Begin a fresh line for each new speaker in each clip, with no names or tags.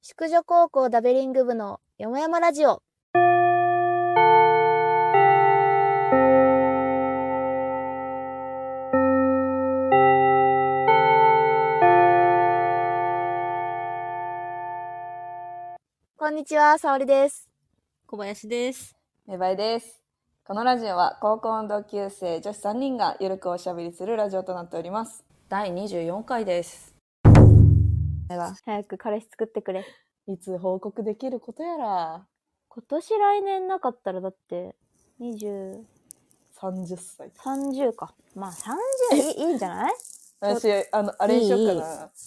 宿女高校ダベリング部のよもやまラジオ。こんにちは、沙織です。
小林です。
芽生えです。このラジオは高校の同級生女子3人がゆるくおしゃべりするラジオとなっております。第24回です。では、
早く彼氏作ってくれ。
いつ報告できることやら、
今年来年なかったらだって、20、
30歳。
30か。まあ30いいいいんじゃない
私、あの、あれにしようかな。
いいいい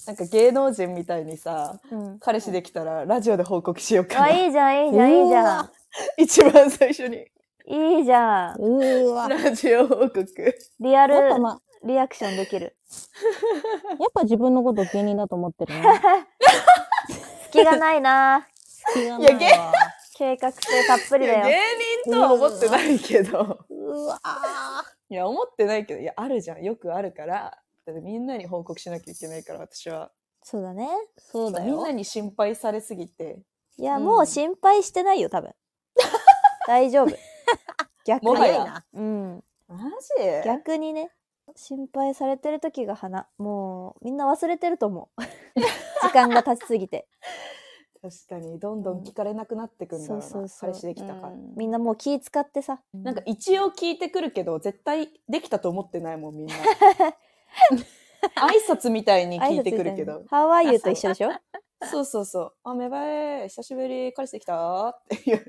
なんか芸能人みたいにさ、
うん。
彼氏できたらラジオで報告しようか
あ、
な。
いいじゃん、いいじゃん、いいじゃん。
一番最初に。
いいじゃん。
うーわ。やっ
ラジオ報告。
リアル
ぱま、
リアクションできる。
やっぱ自分のこと芸人だと思ってる ね。
隙がないな。
いや
いや芸
計画性たっぷ
い
り
や
だ
芸
よ。
人とは思ってないけど。
うわ
いや、思ってないけど、いや、あるじゃん。よくあるから。だってみんなに報告しなきゃいけないから、私は。
そうだね。
そうだ
みん
よ
な。に心配されすぎて、
いや、
うん
もう心配してないよ、多 分。大丈夫。逆
もは
に。
や。
うん。
マジ
逆にね。心配されてる時が花。もう、みんな忘れてると思う。時間が経ちすぎて。
確かに、どんどん聞かれなくなってくんだろうな。
そうそうそう
彼氏できたから、
うん
みんなもう気使ってさ。
なんか一応聞いてくるけど、絶対できたと思ってないもん、み んな。挨拶みたいに聞いてくるけ
挨拶
ど
み。たいなハワイユーと一緒でしょ
そうそうそう。あ、芽生え、久しぶり、彼氏できたって言う。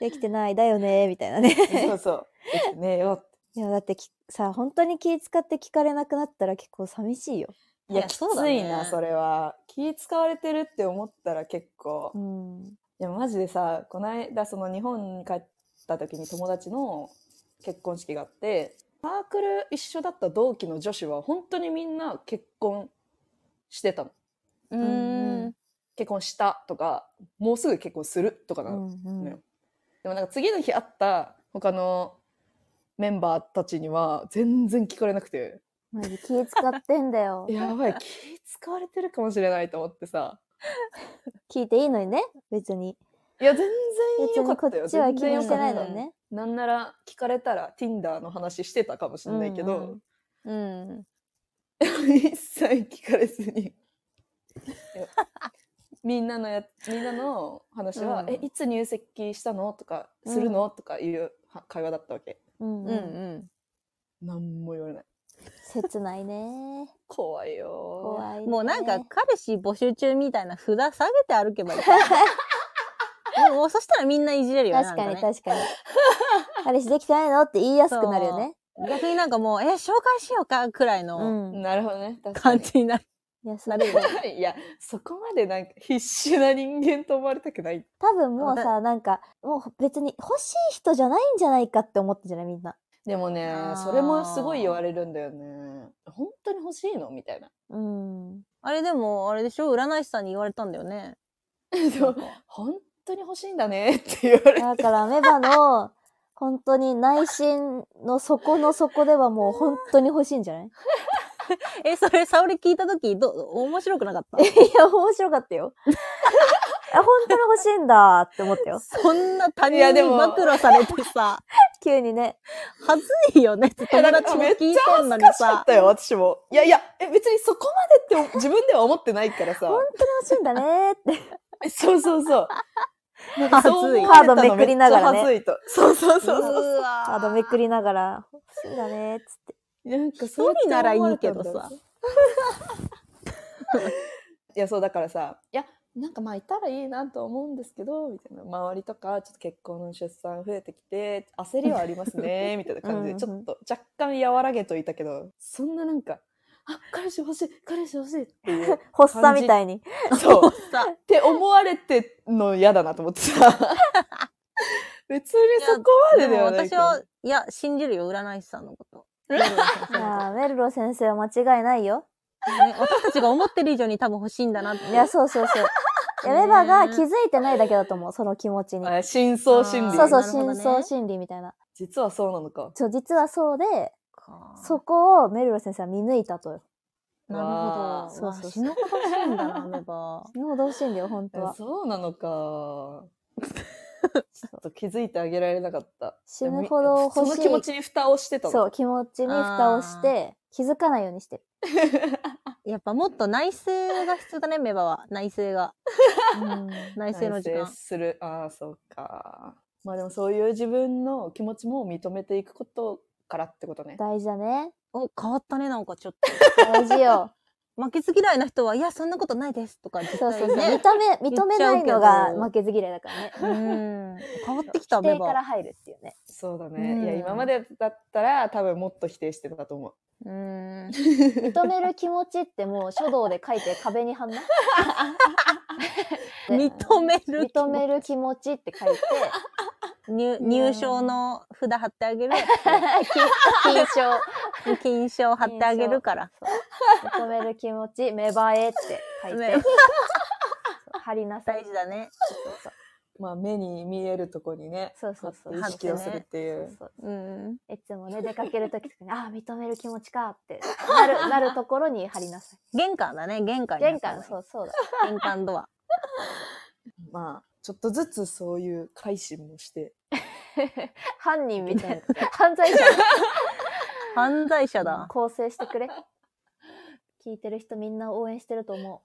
できてないだよね、みたいなね。
そうそう。できてねえよって。
いやだってきさ本当に気使って聞かれなくなったら結構寂しいよ。
い
い
や、
や
きつ
そうだ
い
ね
な、それは。気使われてるって思ったら結構。
うん。
いや、マジでさ、この間、その日本に帰った時に友達の結婚式があって、サークル一緒だった同期の女子は、本当にみんな結婚してたの。
う
うん
ーん。
結婚したとか、もうすぐ結婚するとか
う
なの。
んうん。
でもなんか次の日会った他のメンバーたちには、全然聞かれなくて、。
マジ気使ってんだよ
やばい、気使われてるかもしれないと思ってさ。
聞いていいのにね別に。
いや、全然
別
良か
にこ
ったよ。
っちは
全
気
然良
に
か
し
ってた
ないのにね。
なんなら聞かれたら Tinder の話してたかもしれないけど、
うん
うん。
一切聞かれずにみんなのやみんなの話は「
うん
えいつ入籍したの?」とか「するの?」とかいうは会話だったわけ
うん
う
うん。
ん
何も言われない
切ないね。
怖いよ
怖い、
う
ね。
ん。もうなんか、彼氏募集中みたいな札下げて歩けばいい。もうもうそしたらみんないじれるよね。
確かに
なんね
確かに。彼氏できてないのって言いやすくなるよね。
逆になんかもう、え、紹介しようかくらいうの
ん。
なるほどね確か
感
に
じになる。
いやそ
な
う
れるよね。
いやそこまでなんか必死な人間と思われたくない
多分もうさなんかもう別に欲しい人じゃないんじゃないかって思ってんじゃないみんな。
でもね
あー
それもすごい言われるんだよね本当に欲しいのみたいな
うん。
あれでも、あれでしょ占い師さんに言われたんだよね。
そう本当に欲しいんだねって言われて
だからメバの本当に内心の底の底ではもう本当に欲しいん じゃない
え、それ、沙織聞いたとき、ど、面白くなかった
いや面白かったよ。 あ本当に欲しいんだって思ったよ。
そんな他
いや
人
で
に
も
暴露されてさ、
急にね。
はずいよねって友達も聞いてんのに
しかっ
さ。
たよ、私も。いやいや、え別にそこまでって自分では思ってないからさ。
本当に欲しいんだね って。
そうそうそう。なん
か
そう思
カー
われ
ド
たの
めくりながらね
めっちゃ恥ずいと。そうそう
う
そう。
わ
カードめくりながら欲しいんだねっつって。
なんか
一人ならいいけど
そうやっ
さ
て思われたんだ。いや、そうだからさ、いや、なんかまあいたらいいなと思うんですけど、みたいな。周りとか、ちょっと結婚、出産増えてきて、焦りはありますね、みたいな感じ
う
で、
ん
ちょっと若干和らげといたけど、そんななんか、あ、彼氏欲しい、彼氏欲しいっていう。
発作みたいに。
そう。
さ
って思われてんの嫌だなと思ってさ。別にそこま
で
でで
も
はない
私
けど。
は、いや、信じるよ、占い師さんのこ
い
と。
やーメルロ先生は間違いないよ。
ね私たちが思ってる以上に多分 欲しいんだなって。
いやそうそうそう。いや
ね
レバが気づいてないだけだと思う、その気持ちに。
あ深層心
あー
理。
そうそう、
なるほどね
深層心理みたいな。
実はそうなのか。
そう、実はそうで、
そ
そこをメルロ先生は見抜いたとよ。
なるほ
わ
ど。
そ
ー
うそうそう
死ぬほどしいんだな、雨が。
死ぬほど欲しいんだよ、本当は。
そう なのか。ちょっと気づいてあげられなかった。
死ぬほど欲しい。
その気持ちに蓋をしてたの。
そう、気持ちに蓋をして、気づかないように してる。
やっぱもっと内省が必要だね、メバは。内省が。
うん
内省の時
反
間
省。する。ああ、そうか。まあでもそういう自分の気持ちも認めていくことからってことね。
大事だね。
お、変わったね、なんかちょっと。
大事 よ。
負けず嫌いな人は、いや、そんなことないです。とか絶
そう
対
そ
ね。
うそう。認め、認めないの
言っちゃ
が
うけど
負けず嫌いだからね。
うん。変わってきた、
否
メ
定か
バ。
ら入るっていうね。
そうだ
う
ね。
ん
いや、今までだったら多分もっと否定してた と思う。
うん。
認める気持ちってもう書道で書いて壁に貼んな。で
認める。
認める気持ちって書い て、
入入賞の札貼ってあげる。
金賞。
金賞貼ってあげるから。
認める気持ち、芽生えって書い
芽
て
生え。
そう貼りなさい。
大事だね。
そうそう
まあ目に見えるとこにね、
そうそうそう
意識をするってい
そう
う。
そう
うん。
いつもね、出かけるときと かに、ああ、認める気持ちかってなる、なるところに貼りなさい。
玄関だね、玄関に貼
玄
った
関、
方
そ
が
う そうだ。
いい。玄関ドア。
まあ、ちょっとずつそういう改心もして。
犯人みたいな
み。
犯罪者
犯罪者だ。
構成してくれ。聞いてる人みんな応援してると思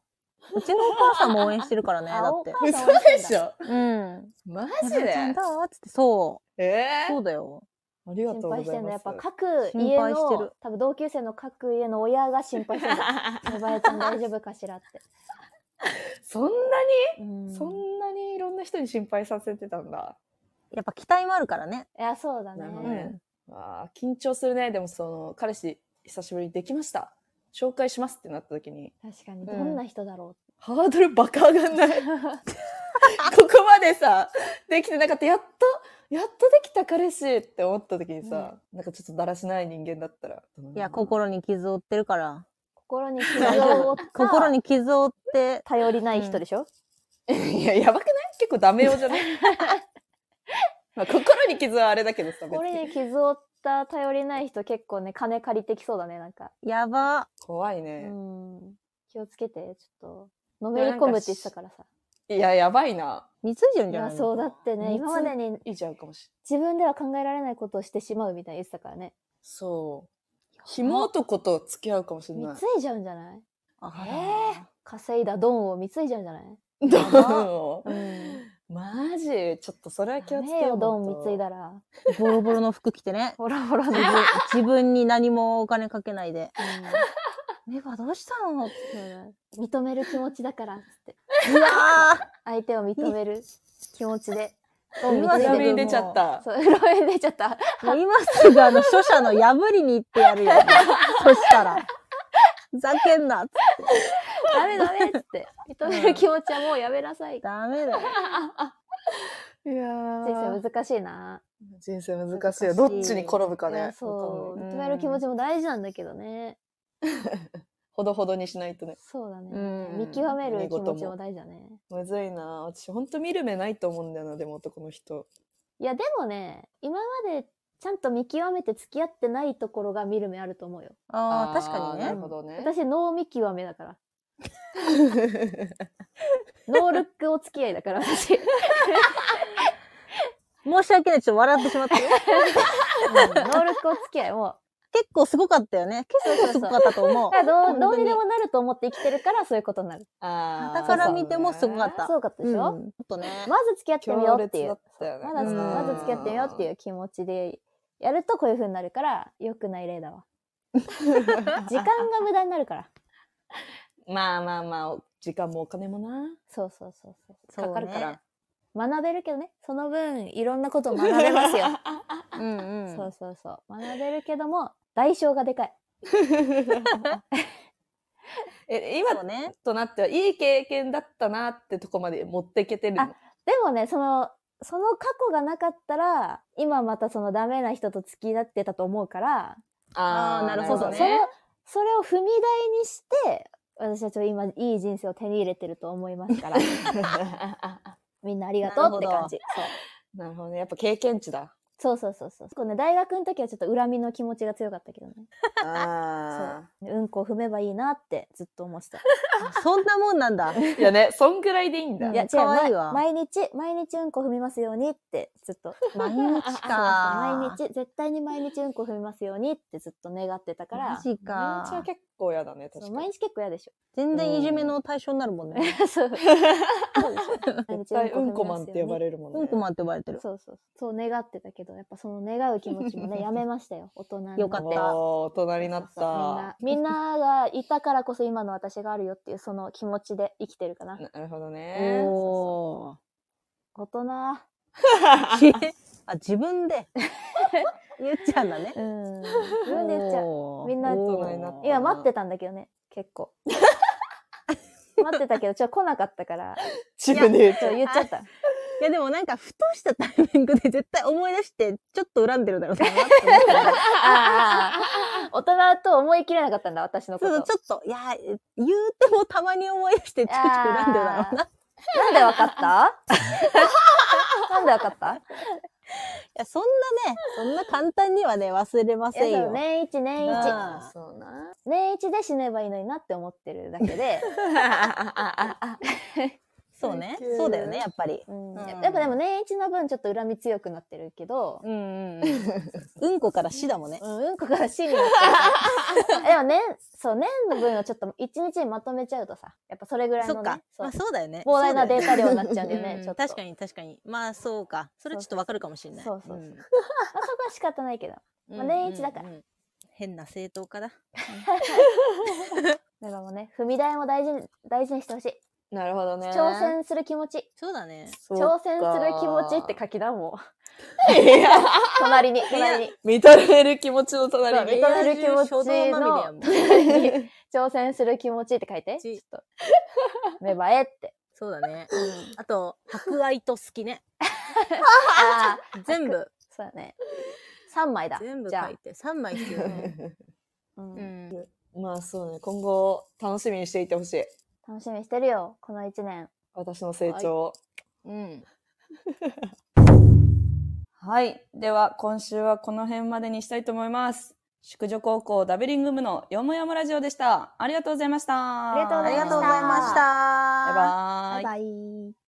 うちのお母さんも応援してるから ね、
あ
だって。
お母さん
嘘でしょ
うん。
マ
マ
ジで
ちゃんだわっつって、そ
え
う。
え
そうだよ。
あり
う。
がと
心配
うござい
してんだ。
ま
やっ
す。
ぱ各
心
家
配して
の
る、
多分同級生の各家の親が心 配してるんだよ。おばあちゃん大丈夫かしらって。
そんな
うん
に、そんなにいろんな人に心配させてたんだ。
やっぱ期待もあるからね。
いや、そうだね
なる。ほどね。あー緊張するね。でもその、彼氏久しぶりにできました。紹介しますってなった時に、
確かに、どんな人だろ
ハードルバカ上がん ない。ここまでさ、できてなかった。やっと、やっとできた彼氏って思った時にさ、なんかちょっとだらしない人間だったら。
いや、。心に傷を負ってるから。
う。心に傷
大丈
を
夫
負っ。
心
た
に傷を負って、
頼りない人でしょ
いや、やばくない結構ダメよじゃ ないまあ、心に傷はあれだけどさ、別
心
に。
に傷を負った頼りない人結構ね、金借りてきそうだね、なんか。
やば。
怖いうね。
ん。気をつけて、ちょっと。のめり込むって言ってたからさ。
いや、やばいな。
貢いじゃうん
い
じゃな
や、
いの
そうだってね、
三つ
今までに
いいじゃんかもしれない。
自分では考えられないことをしてしまうみたいに言ってたからね。
そう。紐男と付き合うかもしれない。
貢いじゃうんじゃない
あ
え
稼いだドンを貢いじゃうんじゃない
ど
やば
うマジちょっとそれは気
ダ
をつ
メ
けよ
よ、
う。
ドン
本当
貢いだら。
ボロボロの服着てね。
ボロボロ
自
の。
分自分に何もお金かけないで。メバどうしたの
うん 認める気持ちだから、つって。
うわ
相手を認める気持ち で。
ー
う
今す
裏
ぐ
目に出ちゃった。
そう、裏目に出ちゃった。
もう今すぐあの、書者の破りに行ってやるよ。そしたら。ふざけんな。
ダメダメっつって。認める気持ちはもうやめなさい。人
ダメだよ。
いやー
生難しいな。
人生難しいよ。
難し
ど
い
っちに転ぶか
いや
ね。
そう。
わかんな
認
い
める気持ちも大事なんだけどね。
ほどほどにしないとね。
そうだね。
うん
見極める気持
何
ち
事
も
も
大事だね。
むずいな私ほんと見る目ないと思うんだよな、でも男の人。
いや、でもね、今までちゃんと見極めて付き合ってないところが見る目あると思うよ。
ああ、確
ー
かに
なる
ね。
ほどね。
私、ノー見極めだから。 ノールックお付き合いだから、 私。
申し訳ない。ちょっと笑ってしまったよ。
ノールックお付き合いも。
結構すごかったよ ね。結構すごかったと思う。
だからどう
本
ど
当
うにでもなると思って生きてるから、そういうことになる。
あー
傍から見てもすごかった
そうかったでしょ、
うんちょっとね。
まず付き合ってみよう
強
って
烈
い
だ
う
っ。たよね。
まだ
うん
まず付き合ってみようっていう気持ちでやるとこういう風になるから良くない例だわ。 時間が無駄になるから。
うん。まあまあまあ、時間もお金もな。
そうそうそうそう。
そうね
かかるから。
学べるけどね、その分いろんなことを学べます よ。
うんうん。
そうそうそう。学べるけども、代償がでかい。
え、
そ
今
うね。
となってはいい経験だったなってとこまで持っていけてるの
あでもね、その、その過去がなかったら、今またそのダメな人と付き合ってたと思うから、
あーなるほどね
そうそうそのそれを踏み台にして、私たちは今いい人生を手に入れてると思います から、 みんなありがとうって感じ。そう
なるほどね。やっぱ経験値だ。
そうそうそうそう。こうね、大学の時はちょっと恨みの気持ちが強かったけどね。
あ
うんこ踏めばいいなってずっと思ってた。
そんなもんな んだ。
あ。いやね、そんぐらいでいいんだ。
うん
いや、違う、
可愛いわ
ま毎日、毎日うんこ踏みますようにってずっと。
毎日か。
毎日、絶対に毎日うんこ踏みますようにってずっと願ってたから
マ。ジ
毎日は
か。
結構嫌だね、
そ
確
う
か
毎
に。
日結構嫌でし
全然いじめの対象になるもんね。
ょ。そう。毎
絶対うんこマンって呼ば
る。
れるもんね。
うんこマンって呼ばれてる。
そうそう。そう願ってたけど、やっぱその願う気持ちもね、やめましたよ。大人になって。
よかった
わー大人になっ
そうそう
た。
みんなみんながいたからこそ今の私があるよっていうその気持ちで生きてるかな。
なるほどね。
お
大人。
ー。 あ、自 分で。言っちゃうんだね。
うん。自分で言っちゃう。
おー
みんな
おー
大人になった
今待ってたんだけどね、結構。待ってたけど、ちょっと来なかったから、
自分で言っ
ちょっと言っちゃった。
いやでもなんか、ふとしたタイミングで絶対思い出して、ちょっと恨んでるだろうなって思ったから。
ああ大人と思い切れなかったんだ、私のこ
そう
と。
そう、ちょっと、いや、言うてもたまに思い出して、ちょっと恨んでるだろうな。い
なんでわかったなんでわかった
や、そんなね、そんな簡単にはね、忘れません
いやそ
よ。
う年一、年一。
あー
そう な。
年一で死ねばいいのになって思ってるだけで。
そうね
うん。
そうだよね、やっぱり。
うん、
うん
やっぱでも年一の分ちょっと恨み強くなってるけど、
うんうん。うんこから死だもんね。
うん、うんこから死になってるからでも年、そう、年の分をちょっと一日にまとめちゃうとさ、やっぱそれぐらい
そ
の
っ
ね
か。、まあそうだよね。
膨大なデータ量になっちゃうんだよね、ち
う
ょ
ん
っと。
確かに確かに。まあそうか。それちょっとわかるかもしれない。
そうそうそう。
ん
まあそこは仕方ないけど。まあ
うん
年一だから
うんうん変な正当化だ。
でもね、踏み台も大事に、大事にしてほしい。
なるほどね。
挑戦する気持ち。
そうだね。
そうか。
挑戦する気持ちって書きだもう。
いや
隣に、隣に。
認める気持ちの隣
そう
に。
認める気持ちの
部屋中衝動まみれやもん
挑戦する気持ちって書いて。ち
ち
ょっと。芽生えって。
そうだね。あと、博愛と好きね。
ああ、
全部、
そうだね。3枚だ。
全部
じ
書
ゃ
いて。3枚必要 ね。
あ、うん
うん。
まあそうね、今後楽しみにしていてほしい。
楽しみにしてるよ、この1年。
私の成長。
うん。
はい。では、今週はこの辺までにしたいと思います。宿女高校ダベリング部のよもやまラジオでした。ありがとうございました。
ありがとうご
あ
ざい
りが
まし
と
た
うございました。
バイバーイ。
バイバイ。